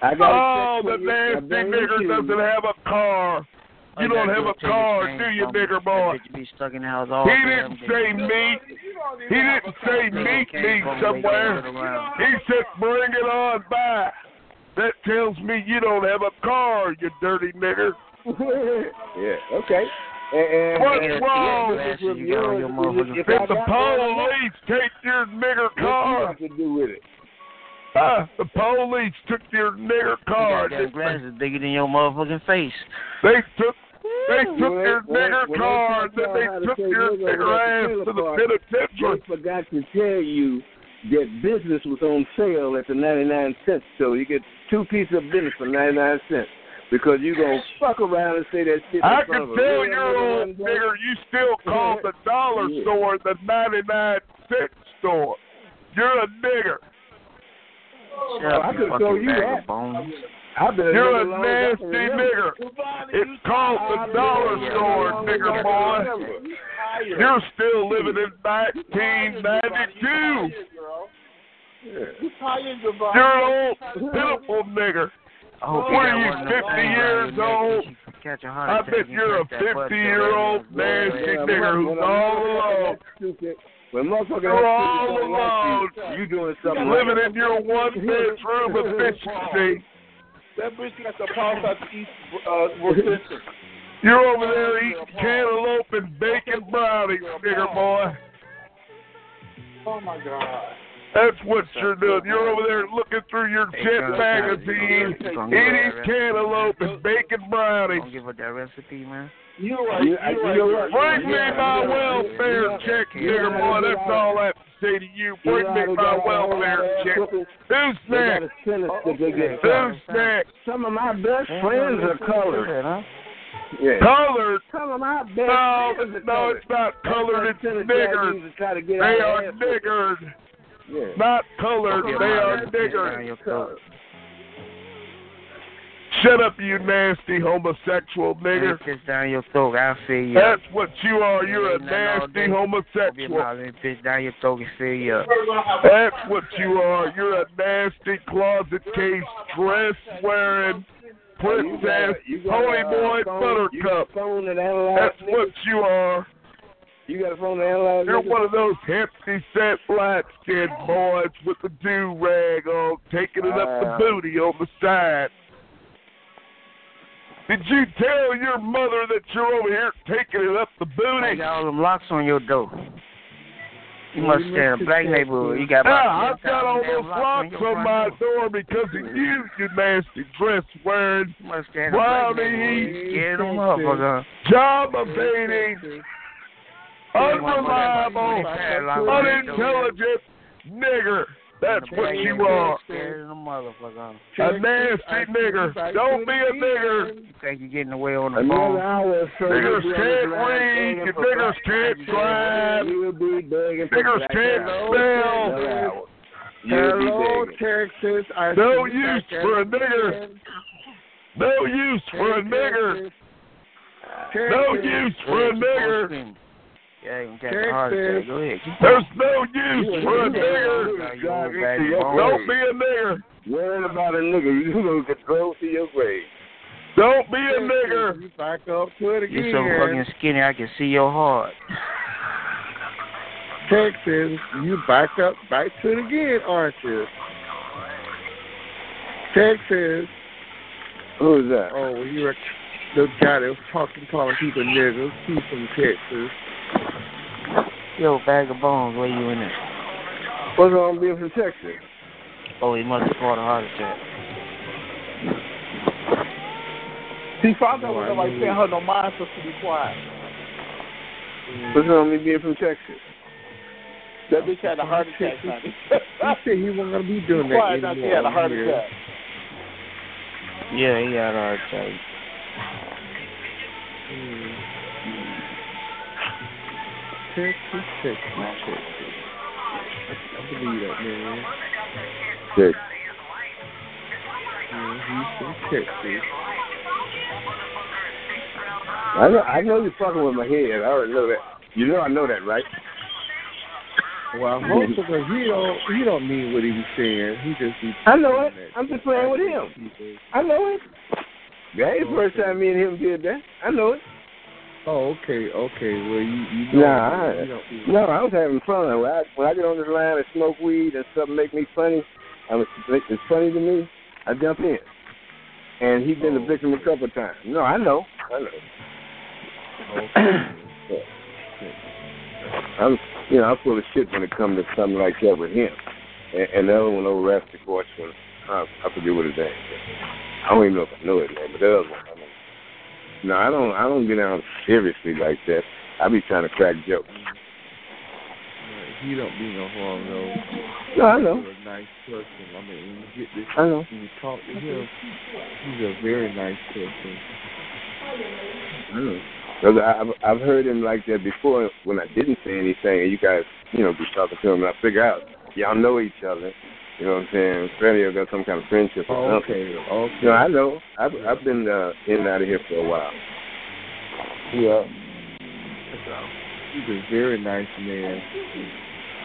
I got Oh, the nasty nigger doesn't have a car. You don't have a car, do you, nigger boy? You be stuck in the house all He damn day. didn't say meat. He didn't say meet me somewhere. He said bring it on by. That tells me you don't have a car, you dirty nigger. Yeah, okay. And, and, What's and- wrong? Yeah, If the if I got one, police take your nigger car, what you got to do with it? Huh? the police took your nigger car. Goddamn They, glasses bigger than your motherfucking face. they took they took When they- your when- nigger when they car, taught then y'all how they to took say your nigger nigger at ass the to the trailer pit of park, Tipton. They forgot to tell you that business was on sale at the 99 cents, so you get two pieces of business for 99 cents because you going to fuck around and say that shit. I in front can of a tell real you're nigga old one day. nigger. You still call the dollar Yeah. store the 99 cent store. You're a nigger. Well, I could show you that. I've been a You're nigger long enough a nasty to remember. nigger. It's called the dollar store, nigger boy. You're still living in 1992. You tired, Javon. You're an old, pitiful nigger. hope you What got are you, one of them 50 things years around your old? Catch a heart I bet attack, you you're a press that button, 50 year old Yeah, nasty when nigger when who's a all motherfucker alone. that's stupid- When motherfucker You're that's all stupid don't alone. like you, you doing something Living right. in your one bedroom efficiency. That bitch got the pulse out the east uh, resistance. You're over there eating cantaloupe and bacon brownies, nigger boy. Oh my God. That's what you're doing. You're over there looking through your jet magazine, eating cantaloupe and bacon brownies. Don't give up that recipe, man. You right, You- you you right. know what? Bring You me know my what? welfare You know what? check, You know nigger boy. what? That's all I have to say to you. You Bring know me how they my got all welfare that check. cooking? Who's They got next? a sentence that they get. Who's next? Some of my best friends are colored. Yeah. Colored? Some of my best No, friends are no, colored. it's not That's colored. what It's Tennessee guys niggered. use to try to They get out of are ass with. niggered, Yeah. not colored. They are niggered. Shut up, you nasty homosexual nigger. Piss down your throat. I feel you. That's what you are. You You're a ain't nothing all nasty day. Your homosexual. mouth and piss down your throat and fill you up. That's what you are. You're a nasty closet case dress wearing princess You got holy a, uh, boy phone- You got buttercup. a phone that analyze That's niggas? what you are. You got a phone that analyze You're niggas? one of those hefty set black skin boys with the do rag on, taking it up the Uh. booty on the side. Did you tell your mother that you're over here taking it up the You booty? got all them locks on your door. You must stay in a black neighborhood. You got Yeah, about I've Ah, got all those locks on my door because of you, you nasty dress wearing, stand up like brownie that. eating, Scared them up, motherfucker. job evading, unreliable, unintelligent nigger. That's what you are. Scared them motherfucker. A nasty nigger. Don't be a nigger. You think you're getting away on the Another phone? hour or so. Niggers we'll be on the can't line read. begging You for niggers black can't people. drive. We will be begging for Niggers black can't people. spell. You'll be Hello, begging. Texas. I No see use that for a Texas. nigger. No use for a nigger. Texas. No use for a nigger. Yeah, you got a heart attack. Go ahead. Keep There's no use for a nigger. nigger. Drive Don't into be your grave. a nigger. Worrying about a nigga, you gonna get go to your grave. Don't be a nigger. Back up to it again. You're so fucking skinny, I can see your heart. Texas, you back up back to it again, aren't you? Texas. Who's that? Oh, well, you're a, the guy that was talking, calling people niggas. He's from Texas. Yo, bag of bones, where you in there? What's wrong with being from Texas? Oh, he must have fought a heart attack. See, so I know what somebody saying her no mind supposed to be quiet. What's wrong with me being from Texas? That bitch had a heart attack. honey. He said he wasn't gonna be doing that Quiet, now anymore. she had a heart Yeah. attack. Yeah, he got a heart attack. Texas, Texas, Texas. I believe that man. Good. Yeah, he's from Texas. I know, I know you're fucking with my head. I already know that. You know I know that, right? Well, hope so, he don't he don't mean what he was saying. He just be I know it. I'm just playing with him. I know it. That ain't the first time me and him did that. I know it. Oh, okay, okay. Well, you you know- nah, I, you don't- you don't- no, I was having fun. When I, when I get on this line and smoke weed and something make me funny, I was it's funny to me. I jump in, and he's been the victim a couple of times. No, I know, I know. I'm, you know, I'm full of shit when it comes to something like that with him. And, and the other one over Rascal Boy, I, I forget what his name is. I don't even know if I know his name, but the other one. I mean, no, I don't. I don't get down seriously like that. I be trying to crack jokes. He don't do no harm, though. No, I know. He's a nice person. I mean, when you get this, I know. when you talk to him, he's a very nice person. Because I've I've heard him like that before when I didn't say anything, and you guys, you know, be talking to him, and I figure out y'all know each other. You know what I'm saying? Fairly, have got some kind of friendship or Oh, something. okay, okay. No, I know. I've I've been uh, in and out of here for a while. Yeah. He's a very nice man,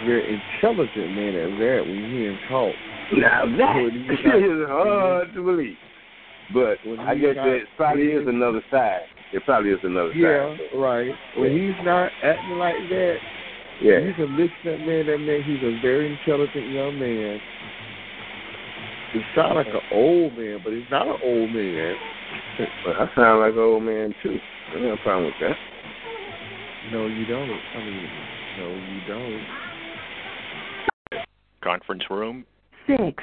very intelligent man at that. When you hear him talk, Now that When is he- hard to believe. But When I he guess got- there probably is another side. It probably is another yeah, side. right. When he's not acting like that, Yeah. you can listen to that man. That man, he's a very intelligent young man. He sound like an old man, but he's not an old man. Well, I sound like an old man too. I ain't no problem with that. No, you don't. I mean, no, you don't. Conference room. six,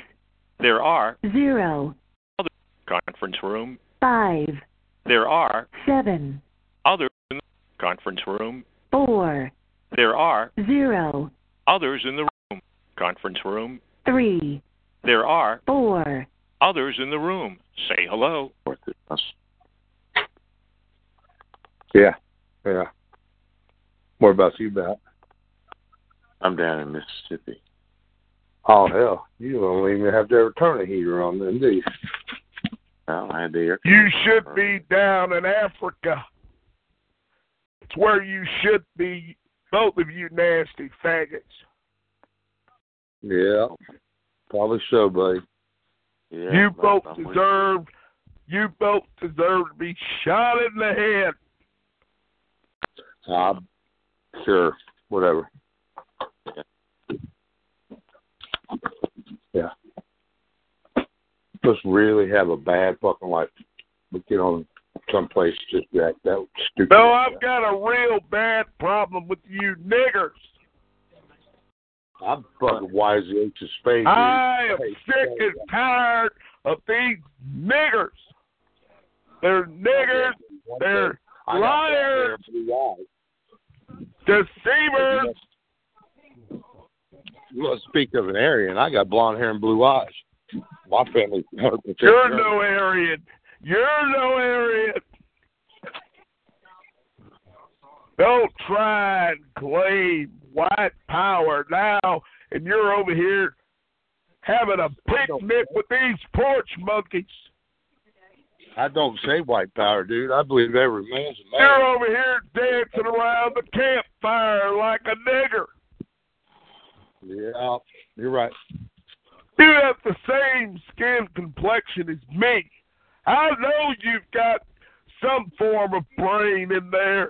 There are zero, other conference room. five, There are seven, others in the conference room. four, There are zero, others in the room. Conference room. three, There are four. others in the room. Say hello. Yeah, yeah. What about you, Matt? I'm down in Mississippi. Oh hell, you don't even have to ever turn a heater on, then do you? Well, I had the air. You should be down in Africa. It's where you should be. Both of you nasty faggots. Yeah, probably so, buddy. Yeah, you both I'm with deserve. You both deserve to be shot in the head. Uh, sure, whatever. Yeah. Just really have a bad fucking life. But get on someplace just that that stupid. No, I've got a real bad problem with you niggers. I'm fucking wise into space. I am sick and tired of these niggers. Oh, They're niggers. They're I got liars. Deceivers. You want to speak of an Aryan? I got blonde hair and blue eyes. My family's 100% You're German. no Aryan. You're no Aryan. Don't try and claim white power now, and you're over here having a picnic with these porch monkeys. I don't say white power, dude. I believe every man's a man. You're over here dancing around the campfire Uh, question is me. I know you've got some form of brain in there.